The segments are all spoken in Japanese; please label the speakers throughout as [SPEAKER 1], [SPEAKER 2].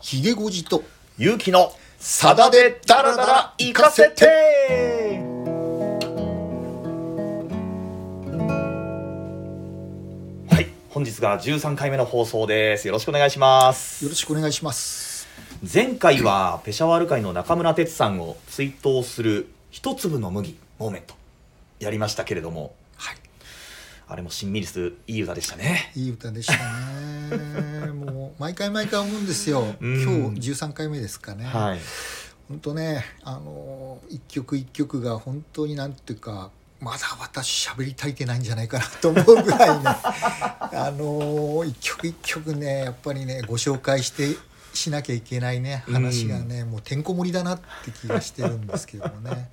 [SPEAKER 1] ひげごじと
[SPEAKER 2] 勇気の
[SPEAKER 1] さだでダラダラ行かせて
[SPEAKER 2] はい本日が13回目の放送ですよろしくお願いします
[SPEAKER 1] よろしくお願いします
[SPEAKER 2] 前回はペシャワール会の中村哲さんを追悼する一粒の麦モーメントやりましたけれども
[SPEAKER 1] はい
[SPEAKER 2] あれもしんみりするいい歌でしたね
[SPEAKER 1] いい歌でしたねもう毎回毎回思うんですよ
[SPEAKER 2] うん
[SPEAKER 1] 今日13回目ですかね、
[SPEAKER 2] はい
[SPEAKER 1] 本当ねあの一曲一曲が本当になんていうかまだ私喋り足りてないんじゃないかなと思うぐら いねあの一曲一曲ねやっぱりねご紹介してしなきゃいけないね話がね、もうてんこ盛りだなって気がしてるんですけども ね。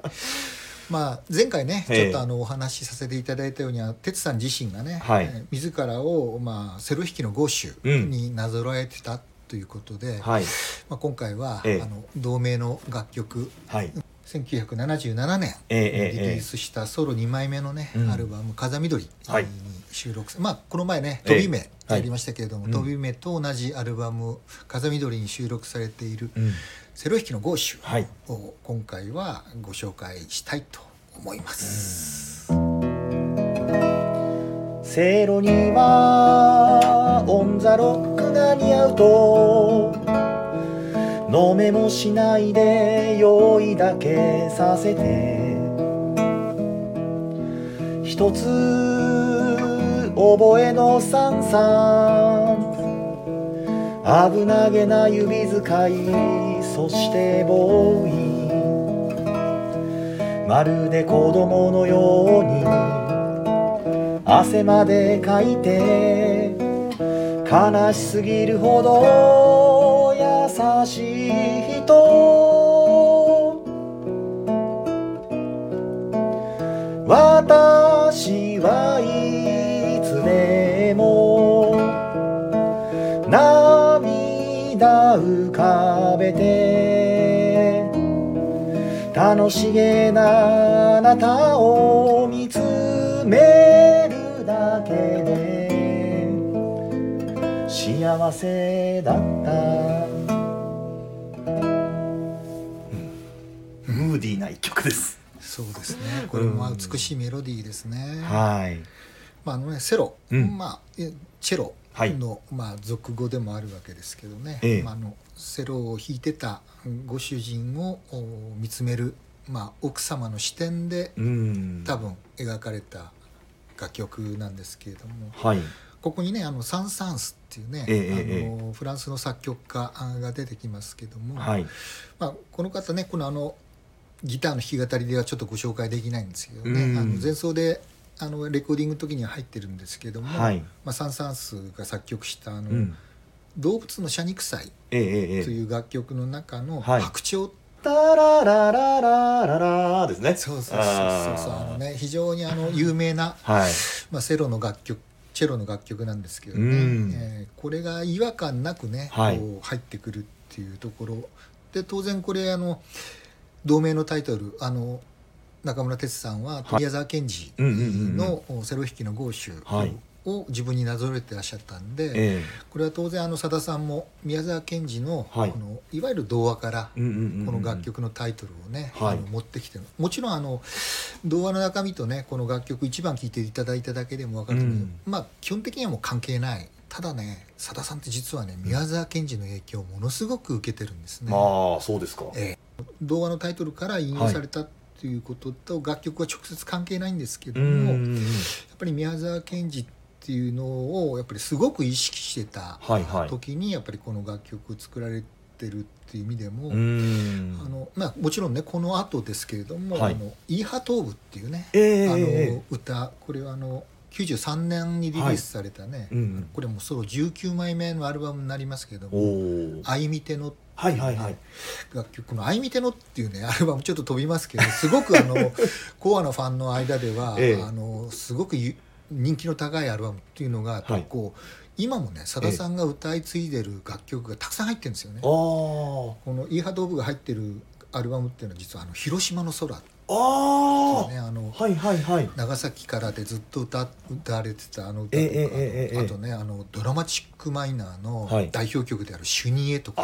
[SPEAKER 1] まあ、前回ねち
[SPEAKER 2] え
[SPEAKER 1] ょ
[SPEAKER 2] え
[SPEAKER 1] っとあのお話しさせていただいたようにあ哲さん自身がね、
[SPEAKER 2] はい
[SPEAKER 1] えー自らを、まあ、セロ弾きのゴーシュになぞらえてたということで、
[SPEAKER 2] はい
[SPEAKER 1] まあ、今回は、
[SPEAKER 2] ええ
[SPEAKER 1] あの同名の楽曲
[SPEAKER 2] はい
[SPEAKER 1] 1977年
[SPEAKER 2] ええ
[SPEAKER 1] リ
[SPEAKER 2] ええ
[SPEAKER 1] リースしたソロ2枚目のね、
[SPEAKER 2] うん
[SPEAKER 1] アルバム「風緑」に
[SPEAKER 2] はい
[SPEAKER 1] 収録さまあこの前ね「
[SPEAKER 2] ええ
[SPEAKER 1] 飛び目」やりましたけれども
[SPEAKER 2] は
[SPEAKER 1] 「
[SPEAKER 2] い
[SPEAKER 1] 飛び目」と同じアルバム「風緑」に収録されている
[SPEAKER 2] うん
[SPEAKER 1] 「セロ弾きのゴーシ
[SPEAKER 2] はい
[SPEAKER 1] ュ」を今回はご紹介したいと思います。
[SPEAKER 2] セロにはオンザロックが似合うと飲めもしないで用意だけさせて一つ覚えの三三危なげな指使いそしてボーイまるで子供のように汗までかいて悲しすぎるほど優しい人私はいつでも涙浮かべて楽しげなあなたを見つめるだけで幸せだったムーディーな一曲です
[SPEAKER 1] そうですねこれもまあ美しいメロディーですね。
[SPEAKER 2] はい
[SPEAKER 1] まああのね、セロ、
[SPEAKER 2] うん
[SPEAKER 1] まあ、えチェロ
[SPEAKER 2] はい
[SPEAKER 1] の、まあ、俗語でもあるわけですけどね、
[SPEAKER 2] ええ
[SPEAKER 1] まあ、あのセロを弾いてたうんご主人をお見つめる、まあ、奥様の視点で
[SPEAKER 2] うん
[SPEAKER 1] 多分描かれた楽曲なんですけれども
[SPEAKER 2] はい
[SPEAKER 1] ここにねあのサン・サンスっていうね、
[SPEAKER 2] えええ
[SPEAKER 1] あのフランスの作曲家あが出てきますけども、
[SPEAKER 2] はい
[SPEAKER 1] まあ、この方ねこのあのギターの弾き語りではちょっとご紹介できないんですけどね、
[SPEAKER 2] うん
[SPEAKER 1] あの前奏であのレコーディングの時には入ってるんですけども、
[SPEAKER 2] はい
[SPEAKER 1] まあ、サン・サンスが作曲したあの、
[SPEAKER 2] うん
[SPEAKER 1] 動物の謝肉祭」
[SPEAKER 2] えええ
[SPEAKER 1] と
[SPEAKER 2] えええ
[SPEAKER 1] いう楽曲の中の「
[SPEAKER 2] はい
[SPEAKER 1] 白鳥」
[SPEAKER 2] タララララララですね
[SPEAKER 1] そうそうそうそうあのね非常にあの有名な、
[SPEAKER 2] はい
[SPEAKER 1] まあ、セロの楽曲チェロの楽曲なんですけどね、
[SPEAKER 2] うん
[SPEAKER 1] えーこれが違和感なくね、
[SPEAKER 2] はい
[SPEAKER 1] こう入ってくるっていうところで当然これあの同名のタイトルあの中村哲さんは宮沢賢治
[SPEAKER 2] うんうんうん
[SPEAKER 1] のおセロ弾きの豪州
[SPEAKER 2] はい
[SPEAKER 1] を自分になぞらえてらっしゃったんで、
[SPEAKER 2] え
[SPEAKER 1] これは当然あのさださんも宮沢賢治の,、
[SPEAKER 2] はい
[SPEAKER 1] い、のいわゆる童話から
[SPEAKER 2] えうんうんうん
[SPEAKER 1] この楽曲のタイトルをね、あ
[SPEAKER 2] はい
[SPEAKER 1] の持ってきてるもちろんあの童話の中身とねこの楽曲一番聴いていただいただけでも分かると思うけど
[SPEAKER 2] うん
[SPEAKER 1] まあ基本的にはもう関係ないただねさださんって実はね宮沢賢治の影響をものすごく受けてるんですね、
[SPEAKER 2] まあそうですか
[SPEAKER 1] ええ童話のタイトルから引用されたということと、楽曲は直接関係ないんですけど
[SPEAKER 2] うん
[SPEAKER 1] も、
[SPEAKER 2] う
[SPEAKER 1] やっ
[SPEAKER 2] んうん
[SPEAKER 1] ぱり宮沢賢治っていうのをやっぱりすごく意識してた
[SPEAKER 2] はいはい
[SPEAKER 1] 時にやっぱりこの楽曲を作られてるっていう意味でも、
[SPEAKER 2] うん
[SPEAKER 1] あのまあ、もちろんねこの後ですけれども「
[SPEAKER 2] はい
[SPEAKER 1] あのイーハトーブ」っていうね、
[SPEAKER 2] えええ
[SPEAKER 1] あ
[SPEAKER 2] え
[SPEAKER 1] の歌これはあの93年にリリースされたね、
[SPEAKER 2] うんうん
[SPEAKER 1] これもソロ19枚目のアルバムになりますけど
[SPEAKER 2] お
[SPEAKER 1] も
[SPEAKER 2] お
[SPEAKER 1] 「あいみての
[SPEAKER 2] はいはいはい
[SPEAKER 1] 楽曲」この「あいみての」っていうね アルバムちょっと飛びますけどすごくあ のコアのファンの間では、
[SPEAKER 2] ええ
[SPEAKER 1] あのすごくゆ人気の高いアルバムっていうのが
[SPEAKER 2] はい
[SPEAKER 1] 結構、今もねさださんが歌い継いでる楽曲がたくさん入ってるんですよね。
[SPEAKER 2] あ
[SPEAKER 1] このイーハドーブが入ってるアルバムっていうのは実はあの広島の空って
[SPEAKER 2] あ
[SPEAKER 1] ねあの
[SPEAKER 2] あはいはいはい
[SPEAKER 1] 長崎からでずっと歌歌われてたあの歌
[SPEAKER 2] え
[SPEAKER 1] と
[SPEAKER 2] え
[SPEAKER 1] か、
[SPEAKER 2] ええええ
[SPEAKER 1] あとねあのドラマチックマイナーの
[SPEAKER 2] はい
[SPEAKER 1] 代表曲である「シュニエ」とか、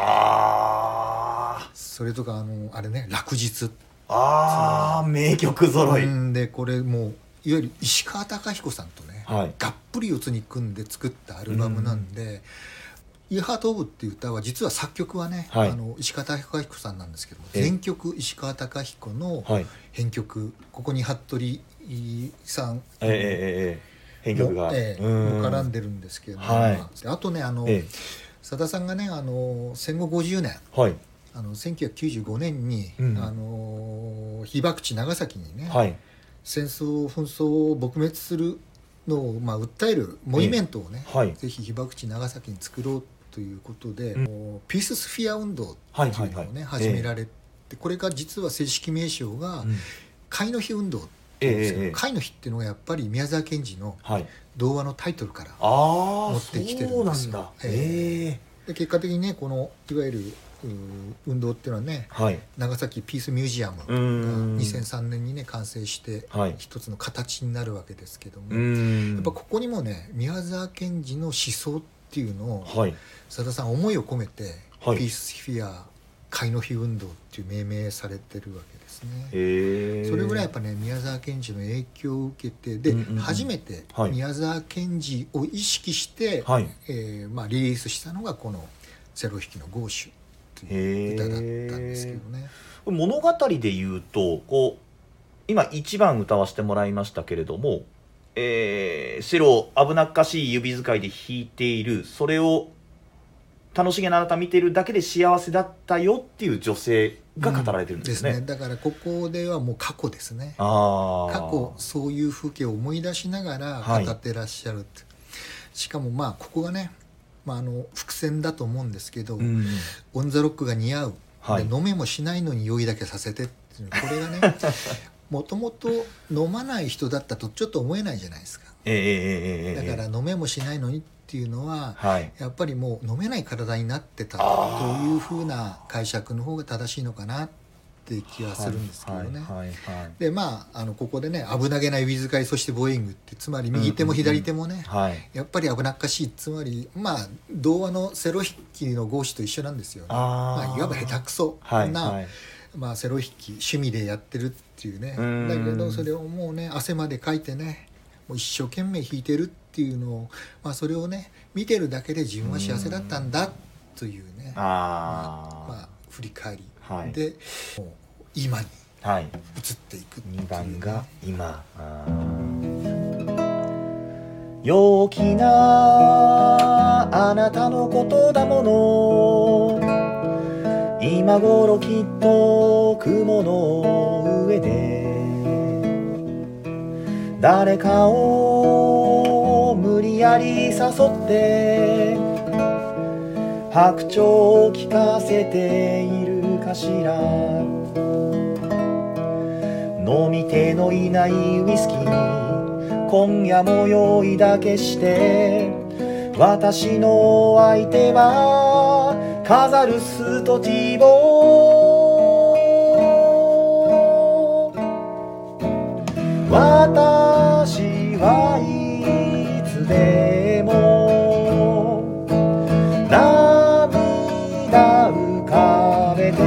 [SPEAKER 2] あ
[SPEAKER 1] それとかあのあれね「落日」
[SPEAKER 2] あああ名曲揃い、
[SPEAKER 1] うんでこれもういわゆる石川貴彦さんとね、
[SPEAKER 2] はい
[SPEAKER 1] がっぷり四つに組んで作ったアルバムなんで「イーハート・オブ」っていう歌は実は作曲はね、
[SPEAKER 2] はい
[SPEAKER 1] あの石川貴彦さんなんですけども
[SPEAKER 2] ええ
[SPEAKER 1] 全曲石川貴彦の
[SPEAKER 2] はい
[SPEAKER 1] 編曲ここに服部さん
[SPEAKER 2] ええええええ編曲が、
[SPEAKER 1] も,、ええ
[SPEAKER 2] うん
[SPEAKER 1] も絡んでるんですけれども、
[SPEAKER 2] はい
[SPEAKER 1] まあであとねあの、
[SPEAKER 2] え
[SPEAKER 1] さださんがねあの戦後50年
[SPEAKER 2] えはい
[SPEAKER 1] あの1995年に、
[SPEAKER 2] うん
[SPEAKER 1] あの被爆地長崎にね、
[SPEAKER 2] はい
[SPEAKER 1] 戦争紛争を撲滅するのを、まあ、訴えるモニュメントをね、
[SPEAKER 2] はい
[SPEAKER 1] ぜひ被爆地長崎に作ろうということで、
[SPEAKER 2] うん
[SPEAKER 1] もうピーススフィア運動って
[SPEAKER 2] はい
[SPEAKER 1] い
[SPEAKER 2] はいう
[SPEAKER 1] のを
[SPEAKER 2] はい
[SPEAKER 1] ね、始められて、これが実は正式名称が
[SPEAKER 2] うん
[SPEAKER 1] 会の日運動って
[SPEAKER 2] ええ
[SPEAKER 1] 言うんですけど、
[SPEAKER 2] ええ
[SPEAKER 1] 会の日っていうのがやっぱり宮沢賢治の
[SPEAKER 2] はい
[SPEAKER 1] 童話のタイトルから
[SPEAKER 2] ああ
[SPEAKER 1] 持ってきてるんです
[SPEAKER 2] そう
[SPEAKER 1] よ
[SPEAKER 2] なんだ
[SPEAKER 1] え
[SPEAKER 2] ええ
[SPEAKER 1] で結果的にねこのいわゆるうー運動っていうのはね
[SPEAKER 2] はい
[SPEAKER 1] 長崎ピースミュージアムが
[SPEAKER 2] うん
[SPEAKER 1] 2003年にね完成して
[SPEAKER 2] はい
[SPEAKER 1] 一つの形になるわけですけども、
[SPEAKER 2] うん
[SPEAKER 1] やっぱここにもね宮沢賢治の思想っていうのを
[SPEAKER 2] はい
[SPEAKER 1] さださん思いを込めて、
[SPEAKER 2] はい
[SPEAKER 1] ピースフィア会の日運動っていう命名されてるわけですね。
[SPEAKER 2] ええ
[SPEAKER 1] それぐらいやっぱね宮沢賢治の影響を受けてで、
[SPEAKER 2] うんうんうん
[SPEAKER 1] 初めて
[SPEAKER 2] はい
[SPEAKER 1] 宮沢賢治を意識して、
[SPEAKER 2] はい
[SPEAKER 1] えーまあ、リリースしたのがこの「セロ弾きのゴーシュ」と
[SPEAKER 2] へ
[SPEAKER 1] い
[SPEAKER 2] ー
[SPEAKER 1] う歌だったんですけどね。
[SPEAKER 2] 物語で言うとこう今1番歌わせてもらいましたけれども、えー、セロを危なっかしい指使いで弾いているそれを楽しげなあなた見ているだけで幸せだったよっていう女性が語られてるんですね。
[SPEAKER 1] うんだからここではもう過去ですね。
[SPEAKER 2] ああ
[SPEAKER 1] 過去そういう風景を思い出しなが
[SPEAKER 2] は
[SPEAKER 1] ら
[SPEAKER 2] い
[SPEAKER 1] 語ってらっしゃるって、しかもまあここがね、まあ、あの伏線だと思うんですけど、
[SPEAKER 2] うん
[SPEAKER 1] オン・ザ・ロックが似合う、
[SPEAKER 2] はい
[SPEAKER 1] で飲めもしないのに酔いだけさせてっていうこれがね もともと飲まない人だったとちょっと思えないじゃないですか
[SPEAKER 2] ええええええ
[SPEAKER 1] だ
[SPEAKER 2] ええ
[SPEAKER 1] から飲めもしないのにっていうのは
[SPEAKER 2] はい
[SPEAKER 1] やっぱりもう飲めない体になってたと
[SPEAKER 2] あー
[SPEAKER 1] いうふうな解釈の方が正しいのかなって気はするんですけどね。
[SPEAKER 2] はいはいはい
[SPEAKER 1] でまああのここでね危なげない指使いそしてボーイングってつまり右手も左手もね、
[SPEAKER 2] はい、はい
[SPEAKER 1] やっぱり危なっかしいつまりまあ童話のセロ引きの合詞と一緒なんですよね。
[SPEAKER 2] あー
[SPEAKER 1] まあ、いわば下手くそな、
[SPEAKER 2] はいはい
[SPEAKER 1] まあ、セロ引き趣味でやってるっていうね
[SPEAKER 2] うん
[SPEAKER 1] だけどそれをもうね汗までかいてねもう一生懸命弾いてるっていうのを、まあ、それをね見てるだけで自分は幸せだったんだというねまあ
[SPEAKER 2] あ、
[SPEAKER 1] 振り返り、
[SPEAKER 2] はい
[SPEAKER 1] でもう今に
[SPEAKER 2] あはい
[SPEAKER 1] 移っていくっていうね
[SPEAKER 2] 2番が今陽気なあなたのことだもの今頃きっと雲の上で誰かを無理やり誘って白鳥を聞かせているかしら飲み手のいないウイスキー今夜も用意だけして私の相手は飾るストティーボ私はいつでも涙浮かべて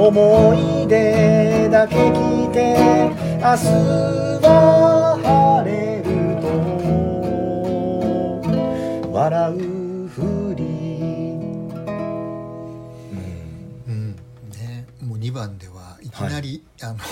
[SPEAKER 2] 思い出だけ聞いて明日は晴れると笑うふり、
[SPEAKER 1] うんね、もう2番ではいきなり、あの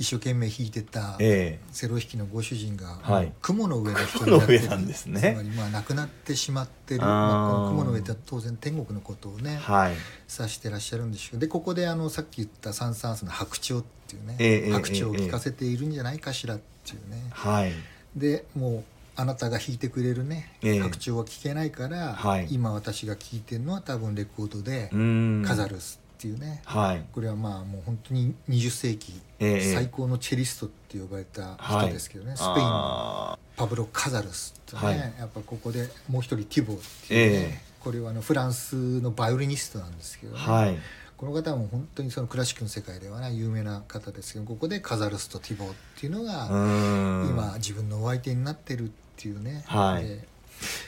[SPEAKER 1] 一生懸命弾いてた
[SPEAKER 2] え
[SPEAKER 1] セロ弾きのご主人が、
[SPEAKER 2] はい
[SPEAKER 1] 雲の上の人
[SPEAKER 2] 雲の上
[SPEAKER 1] ってる
[SPEAKER 2] なんですね
[SPEAKER 1] つまりまあ亡くなってしまってる
[SPEAKER 2] あー
[SPEAKER 1] まあ、この雲の上って当然天国のことをね、
[SPEAKER 2] はい
[SPEAKER 1] 指してらっしゃるんでしょうでここであのさっき言ったサン・サーンスの「白鳥」っていうね、
[SPEAKER 2] ええ
[SPEAKER 1] 白鳥を
[SPEAKER 2] ええ
[SPEAKER 1] 聞かせているんじゃないかしらっていうね、
[SPEAKER 2] はい
[SPEAKER 1] でもうあなたが弾いてくれるね、
[SPEAKER 2] ええ
[SPEAKER 1] 白鳥は聴けないから、
[SPEAKER 2] はい
[SPEAKER 1] 今私が聴いてるのは多分レコードで
[SPEAKER 2] ん
[SPEAKER 1] カザルスっていうね、
[SPEAKER 2] はい
[SPEAKER 1] これはまあもう本当に20世紀
[SPEAKER 2] ええ
[SPEAKER 1] 最高のチェリストって呼ばれた人ですけどね、スペインの
[SPEAKER 2] あ
[SPEAKER 1] パブロ・カザルスってね、
[SPEAKER 2] はい
[SPEAKER 1] やっぱここでもう一人ティボーっていうね、
[SPEAKER 2] ええ
[SPEAKER 1] これはあのフランスのバイオリニストなんですけど
[SPEAKER 2] ー
[SPEAKER 1] ね、
[SPEAKER 2] はい
[SPEAKER 1] この方も本当にそのクラシックの世界ではね有名な方ですけどここでカザルスとティボーっていうの
[SPEAKER 2] う
[SPEAKER 1] が
[SPEAKER 2] ん
[SPEAKER 1] 今自分のお相手になってるっていうね、
[SPEAKER 2] はい
[SPEAKER 1] で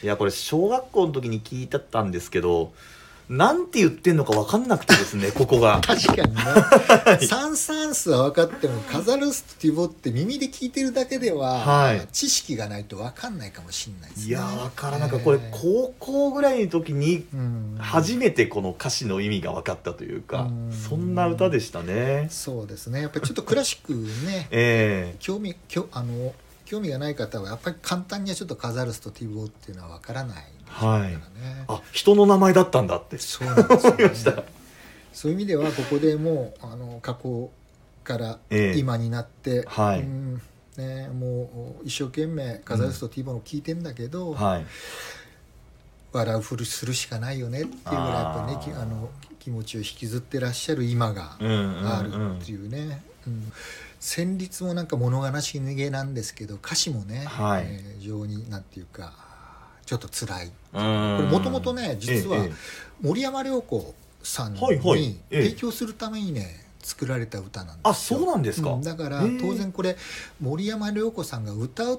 [SPEAKER 2] いやこれ小学校の時に聞いてたんですけどなんて言ってんのか分かんなくてですねこ こが
[SPEAKER 1] 確かにね、サン・サンスは分かってもカザルスとティボーって耳で聞いてるだけでは、
[SPEAKER 2] はい
[SPEAKER 1] 知識がないと分かんないかもしれないですね。
[SPEAKER 2] いや分からなかったこれ
[SPEAKER 1] えー
[SPEAKER 2] 高校ぐらいの時に
[SPEAKER 1] うん
[SPEAKER 2] 初めてこの歌詞の意味が分かったというか
[SPEAKER 1] うん
[SPEAKER 2] そんな歌でしたね
[SPEAKER 1] そうですねやっぱりちょっとクラシックね
[SPEAKER 2] え
[SPEAKER 1] 興味きょあの興味がない方はやっぱり簡単にはちょっとカザルスとティボーっていうのは分からない
[SPEAKER 2] えはい
[SPEAKER 1] からね。
[SPEAKER 2] あ人の名前だったんだって
[SPEAKER 1] そうなんですよ、ね、
[SPEAKER 2] した
[SPEAKER 1] そういう意味ではここでもうあの過去から
[SPEAKER 2] ええ
[SPEAKER 1] 今になって、
[SPEAKER 2] はい
[SPEAKER 1] うんね、もう一生懸命カザルスとティボーの聞いてんだけど、
[SPEAKER 2] はい
[SPEAKER 1] 笑うふりするしかないよねっていうぐらいやっぱりねき
[SPEAKER 2] あー
[SPEAKER 1] あの気持ちを引きずってらっしゃる今が
[SPEAKER 2] うんうん
[SPEAKER 1] ある
[SPEAKER 2] うん
[SPEAKER 1] っていうね、うん旋律もなんか物悲しげなんですけど歌詞もね、
[SPEAKER 2] はい
[SPEAKER 1] えー非常になんていうかちょっと辛い
[SPEAKER 2] こ
[SPEAKER 1] これもともとね実は森山良子さん
[SPEAKER 2] はいはい
[SPEAKER 1] に
[SPEAKER 2] ええ
[SPEAKER 1] 提供するためにね作られた歌なんですよ
[SPEAKER 2] あそうなんですか
[SPEAKER 1] うんだから
[SPEAKER 2] へえ
[SPEAKER 1] 当然これ森山良子さんが歌うっ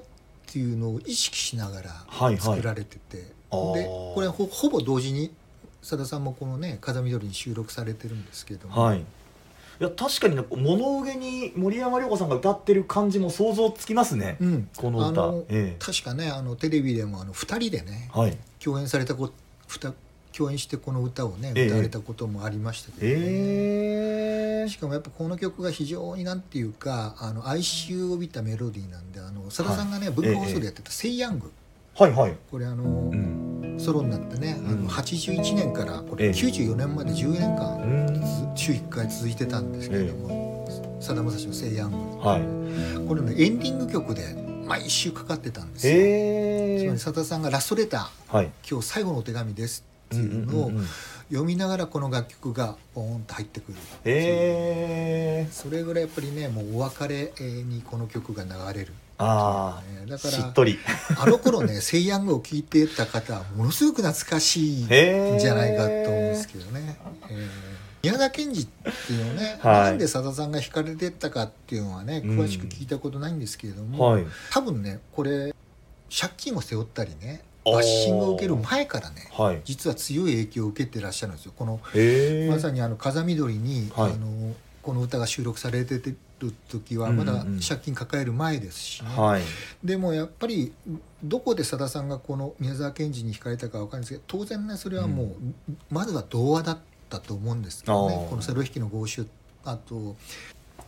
[SPEAKER 1] ていうのを意識しなが
[SPEAKER 2] はいはい
[SPEAKER 1] ら作られてて、
[SPEAKER 2] あー
[SPEAKER 1] でこれほほぼ同時にさださんもこのね「風見鶏」に収録されてるんですけども、
[SPEAKER 2] はいいや確かになんか物憂げに森山良子さんが歌ってる感じも想像つきますね
[SPEAKER 1] うん、
[SPEAKER 2] この
[SPEAKER 1] あ
[SPEAKER 2] 歌
[SPEAKER 1] の
[SPEAKER 2] え
[SPEAKER 1] 確かねあのテレビでもあの2人でね
[SPEAKER 2] えはい
[SPEAKER 1] 共演されたこふた共演してこの歌をね
[SPEAKER 2] ええ
[SPEAKER 1] 歌われたこともありましたけどね、
[SPEAKER 2] ええ
[SPEAKER 1] しかもやっぱこの曲が非常になんていうかあの哀愁を帯びたメロディーなんであのさださんがね、文化放送でやってた「セイヤング
[SPEAKER 2] はいはい」
[SPEAKER 1] これあの、
[SPEAKER 2] うん
[SPEAKER 1] ソロになってねあ
[SPEAKER 2] うん
[SPEAKER 1] の81年からこれ
[SPEAKER 2] ええ
[SPEAKER 1] 94年まで10年間
[SPEAKER 2] うん
[SPEAKER 1] ず週1回続いてたんですけれどもさだまさしの「セイヤング」
[SPEAKER 2] は
[SPEAKER 1] これのエンディング曲で毎週かかってたんですよ。つ
[SPEAKER 2] え
[SPEAKER 1] ま
[SPEAKER 2] え
[SPEAKER 1] りさださんがラストレター
[SPEAKER 2] はい
[SPEAKER 1] 今日最後のお手紙ですって
[SPEAKER 2] う
[SPEAKER 1] いうん
[SPEAKER 2] う
[SPEAKER 1] の
[SPEAKER 2] んう
[SPEAKER 1] を
[SPEAKER 2] んうん
[SPEAKER 1] 読みながらこの楽曲がポーンと入ってくる
[SPEAKER 2] ええ
[SPEAKER 1] それぐらいやっぱりねもうお別れにこの曲が流れる、
[SPEAKER 2] あ
[SPEAKER 1] ね、
[SPEAKER 2] あ
[SPEAKER 1] だか
[SPEAKER 2] しっ
[SPEAKER 1] ら
[SPEAKER 2] とり
[SPEAKER 1] あの頃ね「 セイヤング」を聴いてた方はものすごく懐かしいんじ
[SPEAKER 2] へー
[SPEAKER 1] ゃないかと思うんですけどね、えー宮田賢治っていうのね、
[SPEAKER 2] はい
[SPEAKER 1] なんでさださんが惹かれてったかっていうのはね
[SPEAKER 2] うん
[SPEAKER 1] 詳しく聞いたことないんですけれども、
[SPEAKER 2] はい
[SPEAKER 1] 多分ねこれ借金を背負ったりね
[SPEAKER 2] あー
[SPEAKER 1] バッシングを受ける前からね
[SPEAKER 2] はい
[SPEAKER 1] 実は強い影響を受けてらっしゃるんですよこの
[SPEAKER 2] ええ
[SPEAKER 1] まさにあの風見鶏に、
[SPEAKER 2] はい
[SPEAKER 1] あのこの歌が収録されてる時は
[SPEAKER 2] うんう
[SPEAKER 1] ま
[SPEAKER 2] ん
[SPEAKER 1] だ借金抱える前ですしね、
[SPEAKER 2] はい
[SPEAKER 1] でもやっぱりどこでさださんがこの宮沢賢治に惹かれたかわかんないですけど当然ねそれはもう、まずは童話だったと思うんですけど
[SPEAKER 2] あ
[SPEAKER 1] ね
[SPEAKER 2] ー
[SPEAKER 1] この「セロ引きの豪州」あと「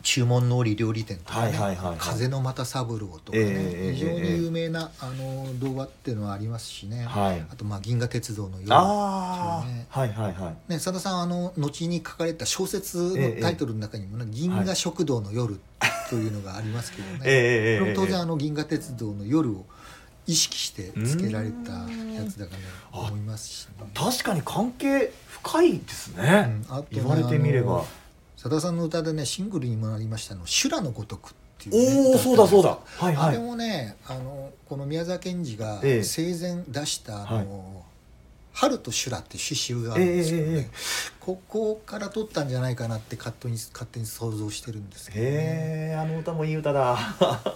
[SPEAKER 1] 注文の折料理店」とか、ね
[SPEAKER 2] はいはいはいはい
[SPEAKER 1] 風の又三郎」とかね、
[SPEAKER 2] ええ
[SPEAKER 1] 非常
[SPEAKER 2] ええええ
[SPEAKER 1] に有名なあの童話っていうのはありますしね、
[SPEAKER 2] はい
[SPEAKER 1] あとまあ「銀河鉄道の夜」
[SPEAKER 2] あ
[SPEAKER 1] そうね
[SPEAKER 2] あはいはいはい
[SPEAKER 1] ね、佐田さんあの後に書かれた小説
[SPEAKER 2] ええ
[SPEAKER 1] のタイトルの中にもね「銀河食堂の夜」というのがありますけどね、
[SPEAKER 2] ええええ
[SPEAKER 1] これも当
[SPEAKER 2] ええ
[SPEAKER 1] 然あの銀河鉄道の夜を意識してつけられたやつだか
[SPEAKER 2] う
[SPEAKER 1] ら
[SPEAKER 2] ん
[SPEAKER 1] 思いますしね、
[SPEAKER 2] 確かに関係深いですね、
[SPEAKER 1] うんあとね
[SPEAKER 2] 言われてみれば
[SPEAKER 1] 佐田さんの歌でねシングルにもなりましたあの「修羅のごとく」っていう、ね、
[SPEAKER 2] おお
[SPEAKER 1] 歌
[SPEAKER 2] ーそうだそうだはい
[SPEAKER 1] あ
[SPEAKER 2] はい
[SPEAKER 1] れもねあのこの宮沢賢治が
[SPEAKER 2] ええ
[SPEAKER 1] 生前出した「あの
[SPEAKER 2] はい
[SPEAKER 1] 春と修羅」っていう詩集があるんですけどね、
[SPEAKER 2] ええええええ
[SPEAKER 1] ここから取ったんじゃないかなって勝手に勝手に想像してるんですけどね
[SPEAKER 2] へえあの歌もいい歌だ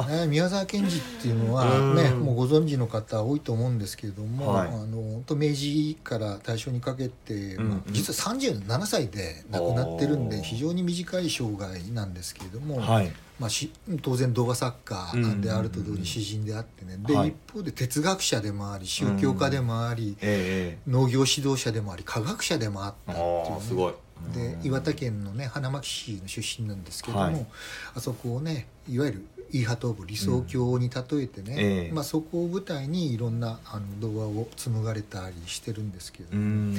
[SPEAKER 1] ね宮沢賢治っていうのは
[SPEAKER 2] うん
[SPEAKER 1] ねもうご存知の方多いと思うんですけれども、
[SPEAKER 2] はい
[SPEAKER 1] あの本当明治から大正にかけて、まあ
[SPEAKER 2] うんうん
[SPEAKER 1] 実は37歳で亡くなってるん
[SPEAKER 2] お
[SPEAKER 1] で
[SPEAKER 2] ー
[SPEAKER 1] 非常に短い生涯なんですけれども。
[SPEAKER 2] はい
[SPEAKER 1] まあ、し当然童話作家であると同
[SPEAKER 2] うんうんうん
[SPEAKER 1] 時に詩人であってね、で、
[SPEAKER 2] はい
[SPEAKER 1] 一方で哲学者でもあり宗教家でもあり、
[SPEAKER 2] え
[SPEAKER 1] 農業指導者でもあり科学者でもあっ
[SPEAKER 2] え
[SPEAKER 1] たって
[SPEAKER 2] ええ
[SPEAKER 1] いう、
[SPEAKER 2] あ
[SPEAKER 1] ね
[SPEAKER 2] あすごい
[SPEAKER 1] で岩手県のね花巻市の出身なんですけども、
[SPEAKER 2] はい
[SPEAKER 1] あそこをねいわゆるイーハトーブ理想郷に例えてね、
[SPEAKER 2] うんええ
[SPEAKER 1] まあ、そこを舞台にいろんなあの童話を紡がれたりしてるんですけど、
[SPEAKER 2] うん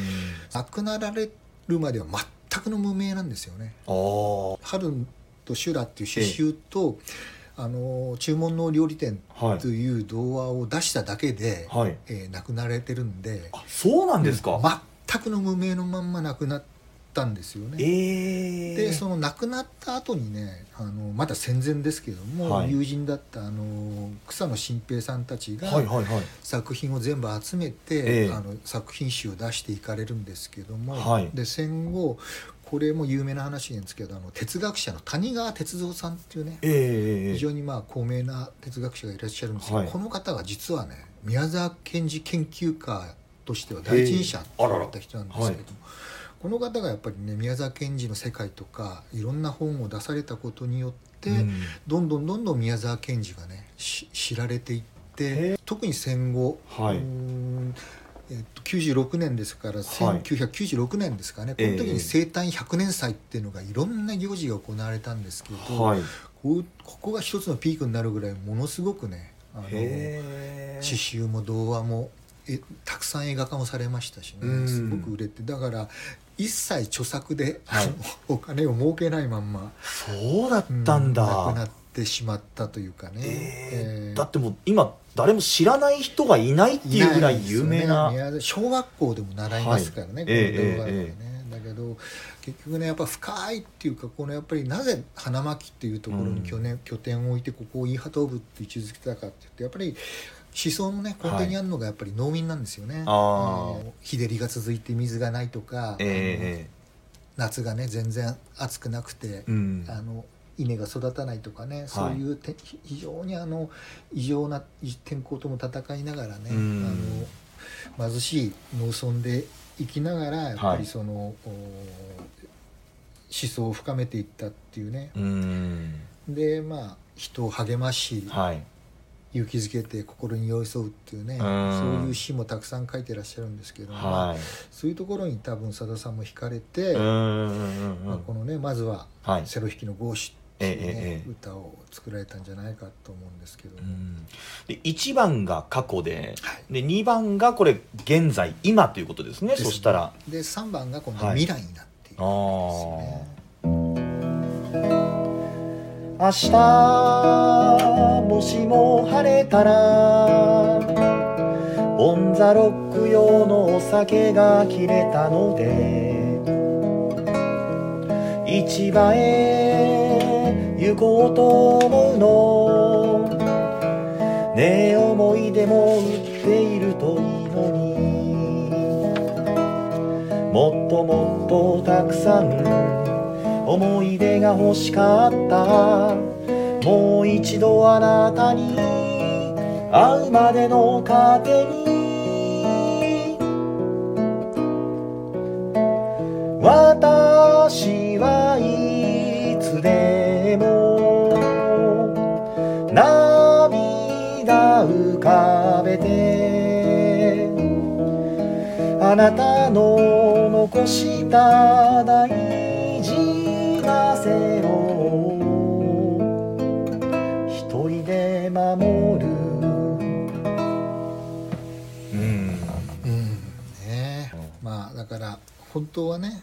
[SPEAKER 1] 亡くなられるまでは全くの無名なんですよね。
[SPEAKER 2] ああ
[SPEAKER 1] 春と修羅っていう詩集と、あの注文の料理店
[SPEAKER 2] はい
[SPEAKER 1] という童話を出しただけで、
[SPEAKER 2] はい
[SPEAKER 1] えー亡くなられてるんで
[SPEAKER 2] あそうなんですか、
[SPEAKER 1] 全くの無名のまんま亡くなったんですよね。
[SPEAKER 2] ええ
[SPEAKER 1] でその亡くなった後にねあのまだ戦前ですけども、
[SPEAKER 2] はい
[SPEAKER 1] 友人だったあの草野新平さんたちが
[SPEAKER 2] はいはいはい
[SPEAKER 1] 作品を全部集めて、
[SPEAKER 2] ええ
[SPEAKER 1] あの作品集を出していかれるんですけども、
[SPEAKER 2] はい
[SPEAKER 1] で戦後これも有名な話なんですけどあの哲学者の谷川哲三さんっていうね
[SPEAKER 2] ええ
[SPEAKER 1] 非常にまあ高名な哲学者がいらっしゃるんですけど、
[SPEAKER 2] はい
[SPEAKER 1] この方が実はね宮沢賢治研究家としては第一人者
[SPEAKER 2] へえあらら
[SPEAKER 1] だった人なんですけども、この方がやっぱりね宮沢賢治の世界とかいろんな本を出されたことによって、
[SPEAKER 2] うん
[SPEAKER 1] どんどんどんどん宮沢賢治がねし知られていっ
[SPEAKER 2] へ
[SPEAKER 1] て特に戦後、
[SPEAKER 2] はいう
[SPEAKER 1] ーんえっと、96年ですから1996年ですかね、
[SPEAKER 2] ええ
[SPEAKER 1] この時に生誕100年祭っていうのがいろんな行事が行われたんですけど、
[SPEAKER 2] はい
[SPEAKER 1] こうここが一つのピークになるぐらいものすごくねあの刺
[SPEAKER 2] へえ
[SPEAKER 1] 繍も童話もえたくさん映画化もされましたし
[SPEAKER 2] うん
[SPEAKER 1] ねすごく売れてだから一切著作で、
[SPEAKER 2] は
[SPEAKER 1] あ
[SPEAKER 2] い
[SPEAKER 1] のお金を儲けないまんま、
[SPEAKER 2] そうだっ
[SPEAKER 1] うん
[SPEAKER 2] たん
[SPEAKER 1] なくな
[SPEAKER 2] だ
[SPEAKER 1] ってしまったというかね、
[SPEAKER 2] え
[SPEAKER 1] え
[SPEAKER 2] え
[SPEAKER 1] ー
[SPEAKER 2] だってもう今誰も知らない人がいないっていうぐらい有名
[SPEAKER 1] い
[SPEAKER 2] ない
[SPEAKER 1] ですよね宮小学校でも習いますからね、
[SPEAKER 2] はい
[SPEAKER 1] この動画とかね、
[SPEAKER 2] え
[SPEAKER 1] だけど結局ねやっぱ深いっていうかこのやっぱりなぜ花巻っていうところに拠点,、拠点を置いてここをイーハトーブって位置づけたかっていうとやっぱり思想のね根底にあるのがやっぱり農民なんですよね、
[SPEAKER 2] あー
[SPEAKER 1] えー日照りが続いて水がないとか、
[SPEAKER 2] え
[SPEAKER 1] 夏がね全然暑くなくて、
[SPEAKER 2] えうん
[SPEAKER 1] あの稲が育たないとかね、そういうてひ非常にあの異常な天候とも戦いながらね、
[SPEAKER 2] うん
[SPEAKER 1] あの貧しい農村で生きながらやっぱ
[SPEAKER 2] はい
[SPEAKER 1] りその、お思想を深めていったっていうね
[SPEAKER 2] うん
[SPEAKER 1] でまあ人を励まし
[SPEAKER 2] はい
[SPEAKER 1] 勇気づけて心に寄り添うっていうね、
[SPEAKER 2] ん
[SPEAKER 1] そういう詩もたくさん書いてらっしゃるんですけども、まあ
[SPEAKER 2] はい
[SPEAKER 1] そういうところに多分さださんも惹かれて、
[SPEAKER 2] うんうんうんう
[SPEAKER 1] まあ、
[SPEAKER 2] ん
[SPEAKER 1] このねまずは
[SPEAKER 2] はい
[SPEAKER 1] セロ弾きの合詞っていう、ね
[SPEAKER 2] ええええ
[SPEAKER 1] 歌を作られたんじゃないかと思うんですけど、
[SPEAKER 2] うんで1番が過去で
[SPEAKER 1] はい
[SPEAKER 2] で2番がこれ現在今ということですね
[SPEAKER 1] です
[SPEAKER 2] そしたら
[SPEAKER 1] で3番がこの
[SPEAKER 2] はい
[SPEAKER 1] 未来になっているんですよね、
[SPEAKER 2] 明日もしも晴れたらオンザロック用のお酒が切れたので市場へ行こうと思うのねえ思い出も売っているといいのにもっともっとたくさん思い出が欲しかったもう一度あなたに会うまでの糧に私はいつでも涙浮かべてあなたの残した大事な世を一人で守るうん
[SPEAKER 1] うんねえまあだから本当はね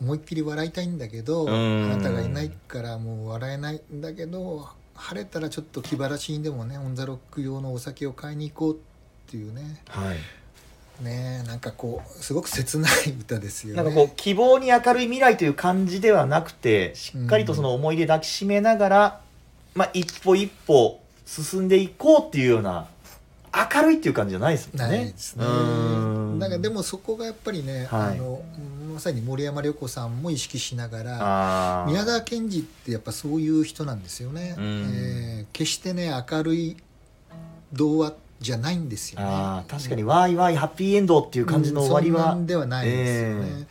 [SPEAKER 1] 思いっきり笑いたいんだけど、
[SPEAKER 2] うん
[SPEAKER 1] あなたがいないからもう笑えないんだけど晴れたらちょっと気晴らしにでもねオン・ザ・ロック用のお酒を買いに行こうっていうね
[SPEAKER 2] はい
[SPEAKER 1] ねえなんかこうすごく切ない歌ですよね。
[SPEAKER 2] なんかこう希望に明るい未来という感じではなくてしっかりとその思い出抱きしめながら、まあ、一歩一歩進んでいこうっていうような明るいっていう感じじゃないですもんね。
[SPEAKER 1] ないですね。
[SPEAKER 2] うん
[SPEAKER 1] なんかでもそこがやっぱりね、
[SPEAKER 2] はい
[SPEAKER 1] あのうんまさに森山良子さんも意識しながら
[SPEAKER 2] あー
[SPEAKER 1] 宮沢賢治ってやっぱそういう人なんですよね。
[SPEAKER 2] うん
[SPEAKER 1] えー決してね明るい童話じゃないんですよね。
[SPEAKER 2] あー確かにわーいわーいハッピーエンドっていう感じの終わり
[SPEAKER 1] うんそ
[SPEAKER 2] は、
[SPEAKER 1] んなんではないですよね、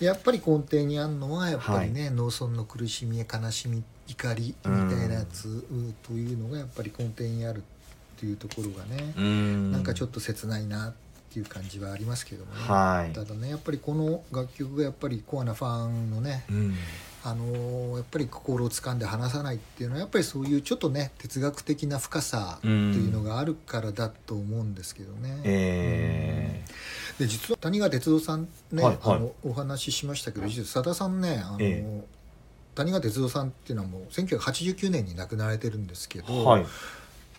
[SPEAKER 1] やっぱり根底にあるのはやっぱりね、農村の苦しみや悲しみ怒りみたいなやつ、うんというのがやっぱり根底にあるっていうところがね、
[SPEAKER 2] うん
[SPEAKER 1] なんかちょっ
[SPEAKER 2] と
[SPEAKER 1] と切ないなっていう感じはありますけどもね、
[SPEAKER 2] はい
[SPEAKER 1] ただねやっぱりこの楽曲がやっぱりコアなファンのね、
[SPEAKER 2] うん
[SPEAKER 1] あのーやっぱり心を掴んで離さないっていうのはやっぱりそういうちょっとね哲学的な深さっていうのがあるからだと思うんですけどね。
[SPEAKER 2] え
[SPEAKER 1] で実は谷川哲郎さんね、
[SPEAKER 2] はいはい
[SPEAKER 1] あのお話ししましたけど実はさださんねあの、
[SPEAKER 2] え
[SPEAKER 1] 谷川哲郎さんっていうのはもう1989年に亡くなられてるんですけ
[SPEAKER 2] ー
[SPEAKER 1] ど、
[SPEAKER 2] はい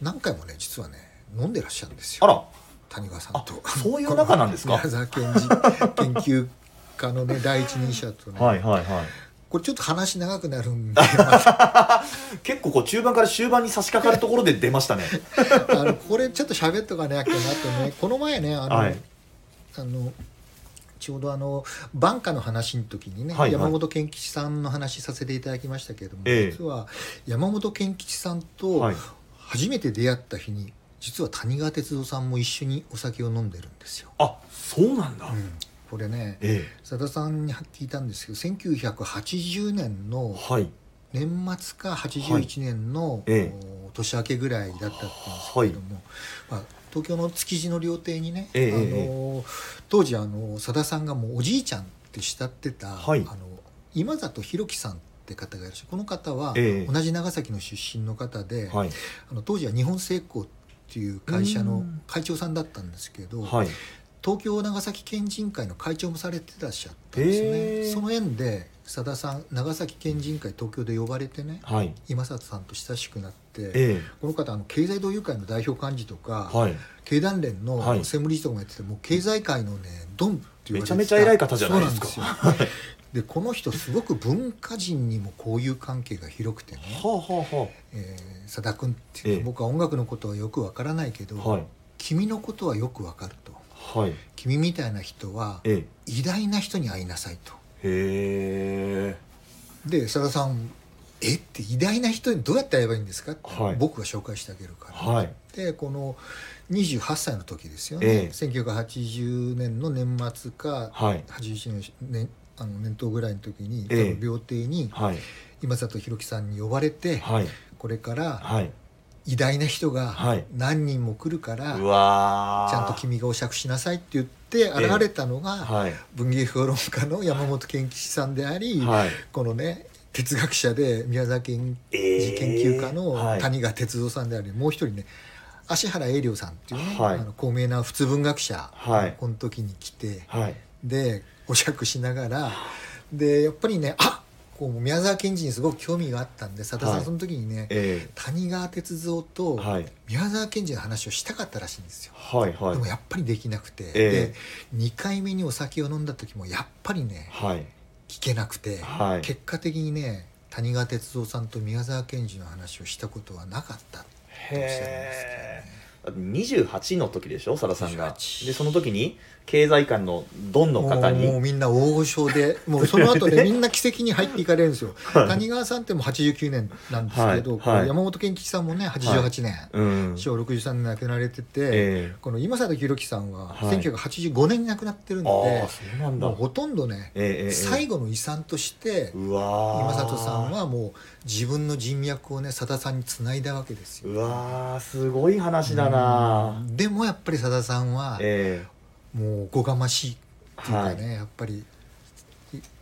[SPEAKER 1] 何回もね実はね飲んでらっしゃるんですよ。
[SPEAKER 2] あら
[SPEAKER 1] 谷川さんと
[SPEAKER 2] あそういう仲なんですか
[SPEAKER 1] 宮沢賢治研究家の ね第一人者とね、
[SPEAKER 2] はいはいはい
[SPEAKER 1] これちょっと話長くなるんで
[SPEAKER 2] 結構こう中盤から終盤に差し掛かるところで出ましたね
[SPEAKER 1] あのこれちょっと喋っとかなきゃなとねこの前ねあの、
[SPEAKER 2] はい
[SPEAKER 1] あのちょうどあの晩夏の話の時にね、
[SPEAKER 2] はいはい
[SPEAKER 1] 山本健吉さんの話させていただきましたけれども、
[SPEAKER 2] ええ
[SPEAKER 1] 実は山本健吉さんと
[SPEAKER 2] はい、
[SPEAKER 1] 初めて出会った日に実は谷川哲郎さんも一緒にお酒を飲んでるんですよ。
[SPEAKER 2] あそうなんだ、
[SPEAKER 1] うんこれね
[SPEAKER 2] え
[SPEAKER 1] 佐田さんに聞いたんですけど1980年
[SPEAKER 2] え
[SPEAKER 1] の
[SPEAKER 2] はい
[SPEAKER 1] 年末か81年の、
[SPEAKER 2] え
[SPEAKER 1] お年明けぐらいだったって言うんですけれども、まあ、東京の築地の料亭にね、
[SPEAKER 2] ええ
[SPEAKER 1] あの当時あの佐田さんがもうおじいちゃんって慕ってた、
[SPEAKER 2] はい
[SPEAKER 1] あの今里弘樹さんって方がいらっしゃるこの方は、
[SPEAKER 2] ええ
[SPEAKER 1] 同じ長崎の出身の方で、
[SPEAKER 2] はい
[SPEAKER 1] あの当時は日本製鋼っていう会社
[SPEAKER 2] う
[SPEAKER 1] の
[SPEAKER 2] ん
[SPEAKER 1] 会長さんだったんですけど、
[SPEAKER 2] はい
[SPEAKER 1] 東京長崎県人会の会長もされてらっしゃったんですよ
[SPEAKER 2] へ
[SPEAKER 1] ね
[SPEAKER 2] え
[SPEAKER 1] その縁でさださん長崎県人会東京で呼ばれてね
[SPEAKER 2] はい
[SPEAKER 1] 今里さんと親しくなって
[SPEAKER 2] え
[SPEAKER 1] この方あの経済同友会の代表幹事と
[SPEAKER 2] え
[SPEAKER 1] か、
[SPEAKER 2] はい
[SPEAKER 1] 経団連の
[SPEAKER 2] はい
[SPEAKER 1] 専務理事とかもやってて、もう経済界のねドンって言われてた
[SPEAKER 2] めちゃめちゃ偉い方じゃないですか
[SPEAKER 1] そうなんですよでこの人すごく文化人にも交友関係が広くてね
[SPEAKER 2] はあはあは
[SPEAKER 1] えーさだ、君っていう
[SPEAKER 2] ええ
[SPEAKER 1] と僕は音楽のことはよくわからないけど、
[SPEAKER 2] あはい
[SPEAKER 1] 君のことはよくわかると
[SPEAKER 2] はい
[SPEAKER 1] 君みたいな人は
[SPEAKER 2] ええ
[SPEAKER 1] 偉大な人に会いなさいと
[SPEAKER 2] へえ
[SPEAKER 1] で佐田さん「えっ?」て偉大な人にどうやって会えばいいんですかって、
[SPEAKER 2] はい
[SPEAKER 1] 僕が紹介してあげるから、
[SPEAKER 2] はい
[SPEAKER 1] でこの28歳の時ですよね、
[SPEAKER 2] ええ
[SPEAKER 1] 1980年の年末か
[SPEAKER 2] はい
[SPEAKER 1] 81年の年あの年頭ぐらいの時に、
[SPEAKER 2] ええ
[SPEAKER 1] その料亭に
[SPEAKER 2] はい
[SPEAKER 1] 今里弘樹さんに呼ばれて、
[SPEAKER 2] はい
[SPEAKER 1] これから
[SPEAKER 2] はい
[SPEAKER 1] 偉大な人
[SPEAKER 2] は
[SPEAKER 1] が
[SPEAKER 2] い
[SPEAKER 1] 何人も来るから、
[SPEAKER 2] うわー
[SPEAKER 1] ちゃんと君がお酌しなさいって言って現れたのが、
[SPEAKER 2] はい
[SPEAKER 1] 文芸評論家の山本健吉さんであり、
[SPEAKER 2] はい
[SPEAKER 1] このね哲学者で宮沢賢
[SPEAKER 2] え
[SPEAKER 1] 治
[SPEAKER 2] え
[SPEAKER 1] 研究家
[SPEAKER 2] は
[SPEAKER 1] の
[SPEAKER 2] い
[SPEAKER 1] 谷川哲三さんであり、もう一人ね芦原英良さんっていうね、
[SPEAKER 2] はい
[SPEAKER 1] あの高名な普通文学者、
[SPEAKER 2] はい
[SPEAKER 1] この時に来て
[SPEAKER 2] はい
[SPEAKER 1] でお釈しながらでやっぱりねあこう宮沢賢治にすごく興味があったんで佐田さ
[SPEAKER 2] は
[SPEAKER 1] ん
[SPEAKER 2] い
[SPEAKER 1] その時にね、
[SPEAKER 2] え
[SPEAKER 1] 谷川哲三
[SPEAKER 2] え
[SPEAKER 1] と
[SPEAKER 2] はい
[SPEAKER 1] 宮沢賢治の話をしたかったらしいんですよ。
[SPEAKER 2] はいはい
[SPEAKER 1] でもやっぱりできなくて、
[SPEAKER 2] ええ
[SPEAKER 1] で2回目にお酒を飲んだ時もやっぱりね
[SPEAKER 2] はい
[SPEAKER 1] 聞けなくて、
[SPEAKER 2] はい
[SPEAKER 1] 結果的にね谷川哲郎さんと宮沢賢治の話をしたことはなかったっておっしゃるんです
[SPEAKER 2] へえ28の時でしょさださんが
[SPEAKER 1] 28
[SPEAKER 2] でその時に経済官のドン
[SPEAKER 1] けど
[SPEAKER 2] の
[SPEAKER 1] ね
[SPEAKER 2] 方
[SPEAKER 1] もうもう
[SPEAKER 2] に
[SPEAKER 1] みんな大御所でもうその 後ねみんな奇跡に入っていかれるんですよ谷川さんってもう89年なんですけど、
[SPEAKER 2] はいはい
[SPEAKER 1] こう山本健吉さんもね88年、
[SPEAKER 2] うん
[SPEAKER 1] 昭和63年亡くなられてて、
[SPEAKER 2] え
[SPEAKER 1] この今里弘樹さんは
[SPEAKER 2] はい
[SPEAKER 1] 1985年に亡くなってるん
[SPEAKER 2] え
[SPEAKER 1] で、
[SPEAKER 2] ああそうなんだ
[SPEAKER 1] もうほとんどね、
[SPEAKER 2] ええええ
[SPEAKER 1] 最後の遺産として
[SPEAKER 2] うわー
[SPEAKER 1] 今里さんはもう自分の人脈をねさださんにつないだわけですよ。
[SPEAKER 2] うわーすごい話だな
[SPEAKER 1] でもやっぱりさださんは
[SPEAKER 2] え
[SPEAKER 1] もうおこがましい
[SPEAKER 2] え
[SPEAKER 1] っていう
[SPEAKER 2] は
[SPEAKER 1] かね、
[SPEAKER 2] い
[SPEAKER 1] やっぱり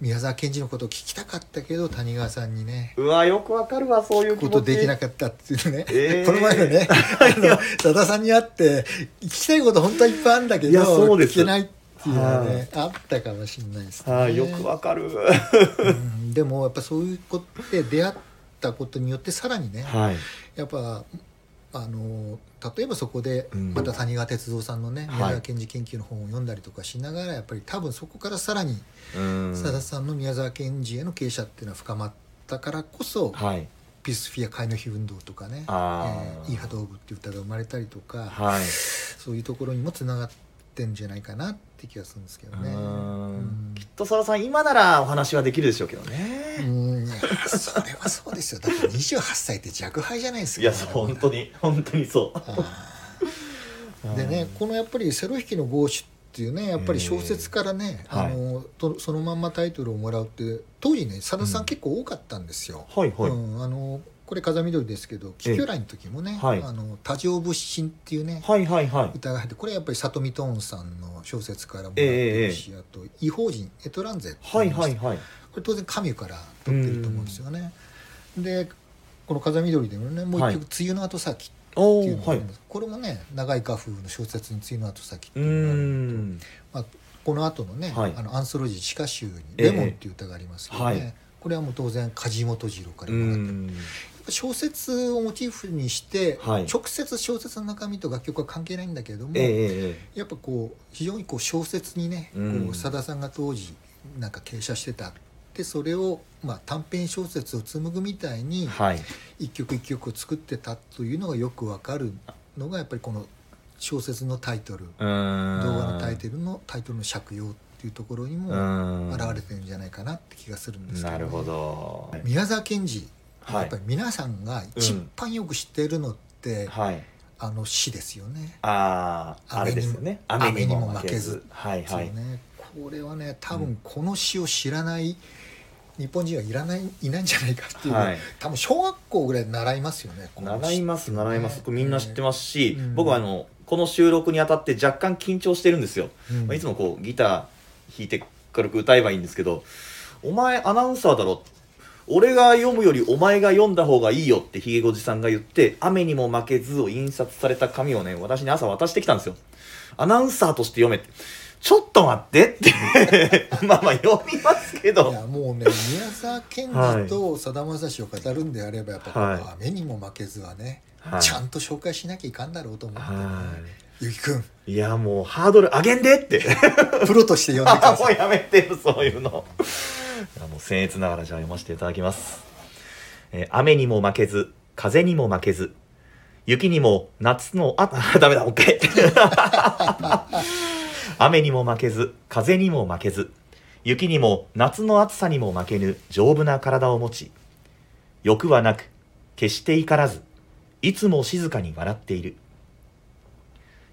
[SPEAKER 1] 宮沢賢治のことを聞きたかったけど谷川さんにね
[SPEAKER 2] うわよくわかるわそういう気
[SPEAKER 1] こ
[SPEAKER 2] 持
[SPEAKER 1] と
[SPEAKER 2] ち
[SPEAKER 1] できなかったっていうね、
[SPEAKER 2] ええ
[SPEAKER 1] この前の ねあのさださんに会って聞きたいこと本当はいっぱいあるんだけ
[SPEAKER 2] い
[SPEAKER 1] ど
[SPEAKER 2] やそうで
[SPEAKER 1] 聞
[SPEAKER 2] す
[SPEAKER 1] けないっていうのはね、あったかもしれないですね。
[SPEAKER 2] はいよくわ かる
[SPEAKER 1] うんでもやっぱそういうことで出会ったことによってさらにね、
[SPEAKER 2] はい
[SPEAKER 1] やっぱあの例えばそこで
[SPEAKER 2] うん
[SPEAKER 1] また谷川哲三さんのね
[SPEAKER 2] はい
[SPEAKER 1] 宮沢賢治研究の本を読んだりとかしながらやっぱり多分そこからさらに
[SPEAKER 2] うん
[SPEAKER 1] さださんの宮沢賢治への傾斜っていうのは深まったからこそ
[SPEAKER 2] はい
[SPEAKER 1] ピースフィア海の日運動とかね「え
[SPEAKER 2] あー
[SPEAKER 1] ー、イーハドーブ」っていう歌が生まれたりとか
[SPEAKER 2] はい
[SPEAKER 1] そういうところにもつながってんじゃないかなって気がするんですけどね。
[SPEAKER 2] うん
[SPEAKER 1] うん
[SPEAKER 2] きっとさださん今ならお話はできるでしょうけどね
[SPEAKER 1] うんいやそれはそうですよだって28歳って若輩じゃないですか
[SPEAKER 2] いやそう本当に本当にそ
[SPEAKER 1] あ
[SPEAKER 2] う
[SPEAKER 1] ーでねこのやっぱり「セロ引きのゴーシュ」っていうねやっぱり小説からね、
[SPEAKER 2] うん
[SPEAKER 1] あのとそのまんまタイトルをもらうって当時ねさださ
[SPEAKER 2] うん
[SPEAKER 1] ん結構多かったんですよ。
[SPEAKER 2] はいはい、
[SPEAKER 1] うんあのこれ「風緑」ですけど「キキョライ」の時もね「
[SPEAKER 2] はい
[SPEAKER 1] あの多情物心」っていうね、
[SPEAKER 2] はいはいはい
[SPEAKER 1] 歌が入ってこれやっぱり里見トーンさんの小説からもらってるし、あと「異邦人エトランゼ」って
[SPEAKER 2] はいいう
[SPEAKER 1] のも
[SPEAKER 2] はいはい
[SPEAKER 1] これ当然神から取ってると思うんですよね。でこの「風緑」でもねもう一曲「梅雨の後先」
[SPEAKER 2] お
[SPEAKER 1] っていうの
[SPEAKER 2] ー
[SPEAKER 1] があ
[SPEAKER 2] は
[SPEAKER 1] る
[SPEAKER 2] い
[SPEAKER 1] んです、これもね長井家風の小説に「梅雨の後先」って
[SPEAKER 2] う
[SPEAKER 1] いうのがある
[SPEAKER 2] ーん
[SPEAKER 1] まあ、この後のね、
[SPEAKER 2] はい
[SPEAKER 1] あのアンソロジー「地下集」に「
[SPEAKER 2] え
[SPEAKER 1] レ
[SPEAKER 2] え
[SPEAKER 1] モン」っていう歌がありますけどね、
[SPEAKER 2] はい
[SPEAKER 1] これはもう当然梶本次郎か
[SPEAKER 2] う
[SPEAKER 1] ら
[SPEAKER 2] ー
[SPEAKER 1] もらってる
[SPEAKER 2] ん
[SPEAKER 1] 小説をモチーフにして、
[SPEAKER 2] はい
[SPEAKER 1] 直接小説の中身と楽曲は関係ないんだけれども、
[SPEAKER 2] ええええ
[SPEAKER 1] やっぱこう非常にこう小説にね
[SPEAKER 2] うん
[SPEAKER 1] こうさださんが当時なんか傾斜してたでそれをまあ短編小説を紡ぐみたいに
[SPEAKER 2] はい
[SPEAKER 1] 一曲一曲を作ってたというのがよくわかるのがやっぱりこの小説のタイトル動
[SPEAKER 2] 動
[SPEAKER 1] 画のタイトルのタイトルの借用ってっていうところに
[SPEAKER 2] う
[SPEAKER 1] も
[SPEAKER 2] ん
[SPEAKER 1] 現れてるんじゃないかなって気がするんですけど、
[SPEAKER 2] なるほど
[SPEAKER 1] 宮沢賢治、
[SPEAKER 2] は
[SPEAKER 1] やっ
[SPEAKER 2] い
[SPEAKER 1] ぱり皆さんが一番よく知ってるのって、
[SPEAKER 2] はい
[SPEAKER 1] あの詩ですよね。
[SPEAKER 2] あああれですよね
[SPEAKER 1] 雨
[SPEAKER 2] 雨
[SPEAKER 1] に
[SPEAKER 2] に
[SPEAKER 1] も
[SPEAKER 2] も負けず
[SPEAKER 1] 雨にも負けず
[SPEAKER 2] はいはい
[SPEAKER 1] そうねこれはね多分この詩を知らない、日本人はいらないいないんじゃないかっていう、
[SPEAKER 2] はい
[SPEAKER 1] 多分小学校ぐらいで習いますよねこの詩
[SPEAKER 2] 習います習います
[SPEAKER 1] ね
[SPEAKER 2] これみんな知ってますし、
[SPEAKER 1] うん
[SPEAKER 2] 僕はあのこの収録にあたって若干緊張してるんですよ、
[SPEAKER 1] うん
[SPEAKER 2] まあいつもこうギター弾いて軽く歌えばいいんですけど「お前アナウンサーだろ」俺が読むよりお前が読んだ方がいいよってひげごじさんが言って「雨にも負けず」を印刷された紙をね私に朝渡してきたんですよアナウンサーとして読めってちょっと待ってって まあまあ読みますけ
[SPEAKER 1] い
[SPEAKER 2] ど
[SPEAKER 1] やもうね宮沢賢治とさだまさしを語るんであればやっぱこ
[SPEAKER 2] はい
[SPEAKER 1] の雨にも負けずはね、
[SPEAKER 2] はい
[SPEAKER 1] ちゃんと紹介しなきゃいかんだろうと思って、ね
[SPEAKER 2] は
[SPEAKER 1] ゆきくん
[SPEAKER 2] いいやもうハードル上げんでって
[SPEAKER 1] プロとして呼んでく
[SPEAKER 2] あ
[SPEAKER 1] だ
[SPEAKER 2] もう
[SPEAKER 1] さい
[SPEAKER 2] やめてよそういうのいやもう僭越ながらじゃあ読ませていただきます、えー雨にも負けず風にも負けず雪にも夏のあ あダメだもう一回 雨にも負けず風にも負けず雪にも夏の暑さにも負けぬ丈夫な体を持ち欲はなく決して怒らずいつも静かに笑っている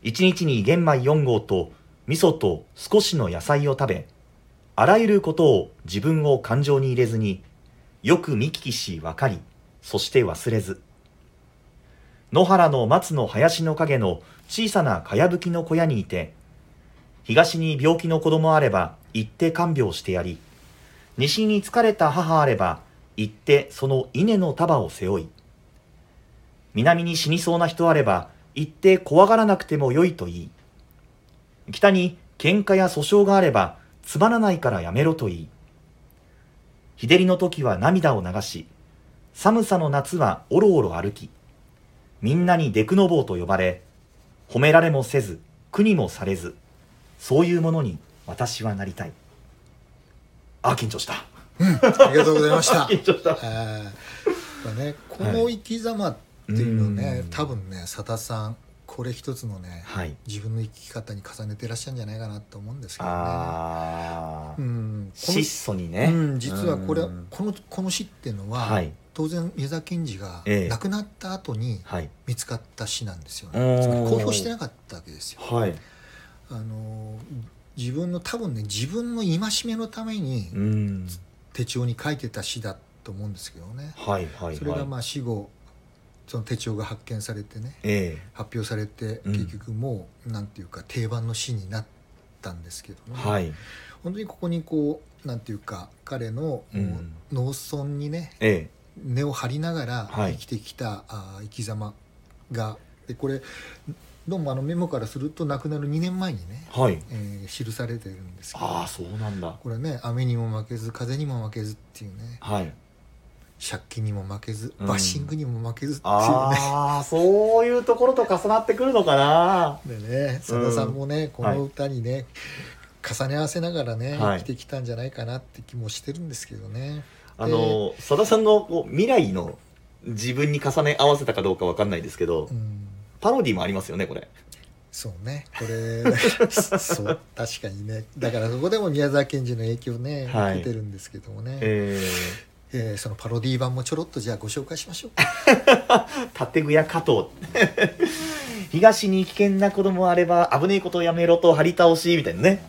[SPEAKER 2] 一日に玄米4合と味噌と少しの野菜を食べあらゆることを自分を感情に入れずによく見聞きし分かりそして忘れず野原の松の林の陰の小さなかやぶきの小屋にいて東に病気の子供あれば行って看病してやり西に疲れた母あれば行ってその稲の束を背負い南に死にそうな人あれば行って怖がらなくてもよいと言い北に喧嘩や訴訟があればつまらないからやめろと言い日照りの時は涙を流し寒さの夏はおろおろ歩きみんなにデクノボーと呼ばれ褒められもせず苦にもされずそういうものに私はなりたいあ緊張した
[SPEAKER 1] ありがとうございま した
[SPEAKER 2] 緊張した
[SPEAKER 1] えーやっぱねこの生き様っていうのね、
[SPEAKER 2] はいうん
[SPEAKER 1] 多分ねさださんこれ一つのね
[SPEAKER 2] はい
[SPEAKER 1] 自分の生き方に重ねてらっしゃるんじゃないかなと思うんですけどね。
[SPEAKER 2] あ
[SPEAKER 1] う
[SPEAKER 2] ー
[SPEAKER 1] ん、この
[SPEAKER 2] 質素にね
[SPEAKER 1] うん、実はこれ、
[SPEAKER 2] うん
[SPEAKER 1] このこの詩っていうのは、
[SPEAKER 2] はい
[SPEAKER 1] 当然宮沢賢治が
[SPEAKER 2] ええ
[SPEAKER 1] 亡くなった後に
[SPEAKER 2] はい
[SPEAKER 1] 見つかった詩なんですよね、
[SPEAKER 2] うん
[SPEAKER 1] つまり公表してなかったわけですよ。
[SPEAKER 2] はい
[SPEAKER 1] あの自分の多分ね自分の戒めのために
[SPEAKER 2] うん
[SPEAKER 1] 手帳に書いてた詩だと思うんですけどね、
[SPEAKER 2] はいはいはい
[SPEAKER 1] それがまあ死後その手帳が発見されてね
[SPEAKER 2] え
[SPEAKER 1] 発表されて
[SPEAKER 2] うん
[SPEAKER 1] 結局もう、なんていうか定番の詩になったんですけど
[SPEAKER 2] え
[SPEAKER 1] ね、
[SPEAKER 2] はい
[SPEAKER 1] 本当にここにこうなんていうか彼の、
[SPEAKER 2] うん
[SPEAKER 1] 農村にね
[SPEAKER 2] ええ
[SPEAKER 1] 根を張りながら
[SPEAKER 2] はい
[SPEAKER 1] 生きてきた、あー生き様がでこれどうもあのメモからすると亡くなる2年前にね、
[SPEAKER 2] はい
[SPEAKER 1] えー記されてるんですけど
[SPEAKER 2] ああそうなんだ
[SPEAKER 1] これね雨にも負けず風にも負けずっていうね
[SPEAKER 2] はい
[SPEAKER 1] 借金にも負けず
[SPEAKER 2] うん
[SPEAKER 1] バッシングにも負けずっていうね。
[SPEAKER 2] ああそういうところと重なってくるのかな
[SPEAKER 1] でねさださんもね、この歌にね、重ね合わせながらね、
[SPEAKER 2] はい
[SPEAKER 1] 生きてきたんじゃないかなって気もしてるんですけどね。
[SPEAKER 2] あのさださんのこう未来の自分に重ね合わせたかどうかわかんないですけど
[SPEAKER 1] うん
[SPEAKER 2] パロディもありますよねこれ
[SPEAKER 1] そうねこれそう確かにねだからそこでも宮沢賢治の影響をね、
[SPEAKER 2] はい
[SPEAKER 1] 受けてるんですけどもね、え
[SPEAKER 2] え
[SPEAKER 1] ーそのパロディ版もちょろっとじゃあご紹介しま しょうか
[SPEAKER 2] え建具屋加藤 東に危険な子供あれば危ねえことをやめろと張り倒しみたいなね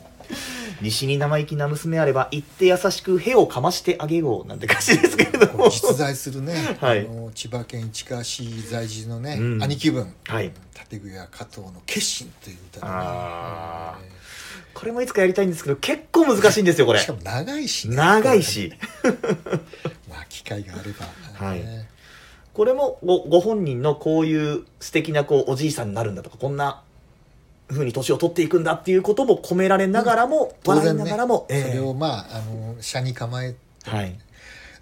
[SPEAKER 2] 西に生意気な娘あれば言って優しく屁をかましてあげようなんて歌詞ですけれど
[SPEAKER 1] こう
[SPEAKER 2] も
[SPEAKER 1] 実在するね、
[SPEAKER 2] はい
[SPEAKER 1] あの千葉県市川市在住のね、
[SPEAKER 2] うん
[SPEAKER 1] 兄貴分
[SPEAKER 2] はい
[SPEAKER 1] 立具屋加藤の決心という歌でね
[SPEAKER 2] あー
[SPEAKER 1] えー
[SPEAKER 2] これもいつかやりたいんですけど結構難しいんですよこれ
[SPEAKER 1] しかも長いしね、
[SPEAKER 2] 長いし
[SPEAKER 1] まあ機会があれば、
[SPEAKER 2] はい
[SPEAKER 1] ね
[SPEAKER 2] これもごご本人のこういう素敵なこうおじいさんになるんだとかこんな風に年を取っていくんだっていうことも込められながらも、
[SPEAKER 1] 当
[SPEAKER 2] 笑い
[SPEAKER 1] 然
[SPEAKER 2] な
[SPEAKER 1] ね
[SPEAKER 2] がらも、ええ
[SPEAKER 1] それをまああの車に構え
[SPEAKER 2] はい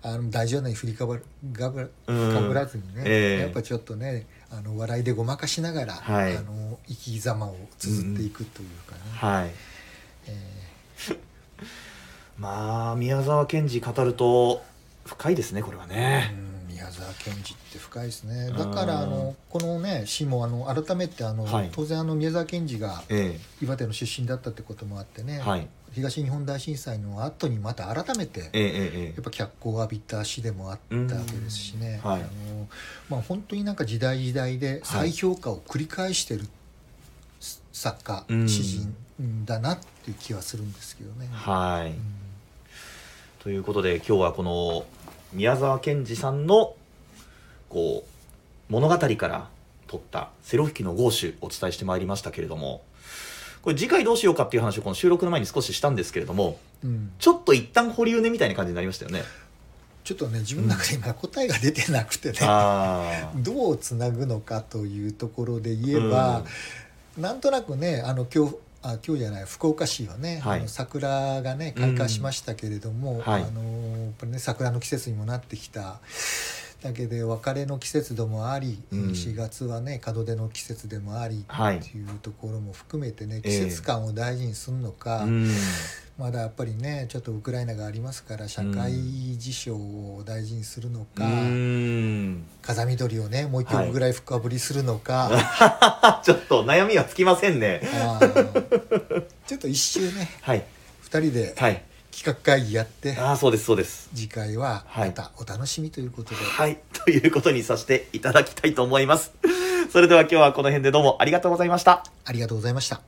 [SPEAKER 1] あの大丈夫なように振りかぶらがぶら
[SPEAKER 2] うん
[SPEAKER 1] かぶらずにね、
[SPEAKER 2] ええ
[SPEAKER 1] やっぱちょっとねあの笑いでごまかしながら、
[SPEAKER 2] はい
[SPEAKER 1] あの生き様を綴っていくというかね、
[SPEAKER 2] はい
[SPEAKER 1] え
[SPEAKER 2] まあ宮沢賢治語ると深いですねこれは
[SPEAKER 1] え
[SPEAKER 2] ね、
[SPEAKER 1] うん宮宮沢賢治って深いですねだからあのこのね詩もあの改めてあの、
[SPEAKER 2] はい
[SPEAKER 1] 当然あの宮沢賢治が
[SPEAKER 2] え
[SPEAKER 1] 岩手の出身だったってこともあってね、
[SPEAKER 2] えはい
[SPEAKER 1] 東日本大震災の後にまた改めて
[SPEAKER 2] ええええ
[SPEAKER 1] やっぱ脚光を浴びた詩でもあったわけですしね、
[SPEAKER 2] うんはい
[SPEAKER 1] あのまあ、本当になんか時代時代で再評価を繰り返してるす作家、
[SPEAKER 2] うん
[SPEAKER 1] 詩人だなっていう気はするんですけどね。
[SPEAKER 2] はい、
[SPEAKER 1] うん
[SPEAKER 2] ということで今日はこの宮沢賢治さんのこう物語から取ったセロ吹きの豪手お伝えしてまいりましたけれどもこれ次回どうしようかっていう話をこの収録の前に少ししたんですけれども
[SPEAKER 1] うん
[SPEAKER 2] ちょっと一旦保留ねみたいな感じになりました よね。
[SPEAKER 1] ちょっとね自分の中で今答えが出てなくてね、
[SPEAKER 2] あ
[SPEAKER 1] どうつなぐのかというところで言えば、なんとなくねあの今日あ今日じゃない福岡市はね、
[SPEAKER 2] はい
[SPEAKER 1] あの桜がね開花しましたけれども、
[SPEAKER 2] んはい
[SPEAKER 1] あのやっぱりね桜の季節にもなってきただけで別れの季節でもあり、
[SPEAKER 2] うん
[SPEAKER 1] 4月はね門出の季節でもあり
[SPEAKER 2] はい
[SPEAKER 1] っていうところも含めてね
[SPEAKER 2] ええ
[SPEAKER 1] 季節感を大事にするのか、
[SPEAKER 2] うん
[SPEAKER 1] まだやっぱりねちょっとウクライナがありますから社会事象を大事にするの
[SPEAKER 2] う
[SPEAKER 1] か。
[SPEAKER 2] ん
[SPEAKER 1] 風見鳥をねもう一曲ぐらい深掘りするのか、
[SPEAKER 2] あちょっと悩みはつきませんね。
[SPEAKER 1] あーちょっと一周ね
[SPEAKER 2] はい
[SPEAKER 1] 二人で
[SPEAKER 2] はい
[SPEAKER 1] 企画会議やって
[SPEAKER 2] ああそうですそうです。
[SPEAKER 1] 次回は
[SPEAKER 2] はい
[SPEAKER 1] またお楽しみということで、
[SPEAKER 2] はい、ということにさせていただきたいと思います。それでは今日はこの辺でどうもありがとうございました。
[SPEAKER 1] ありがとうございました。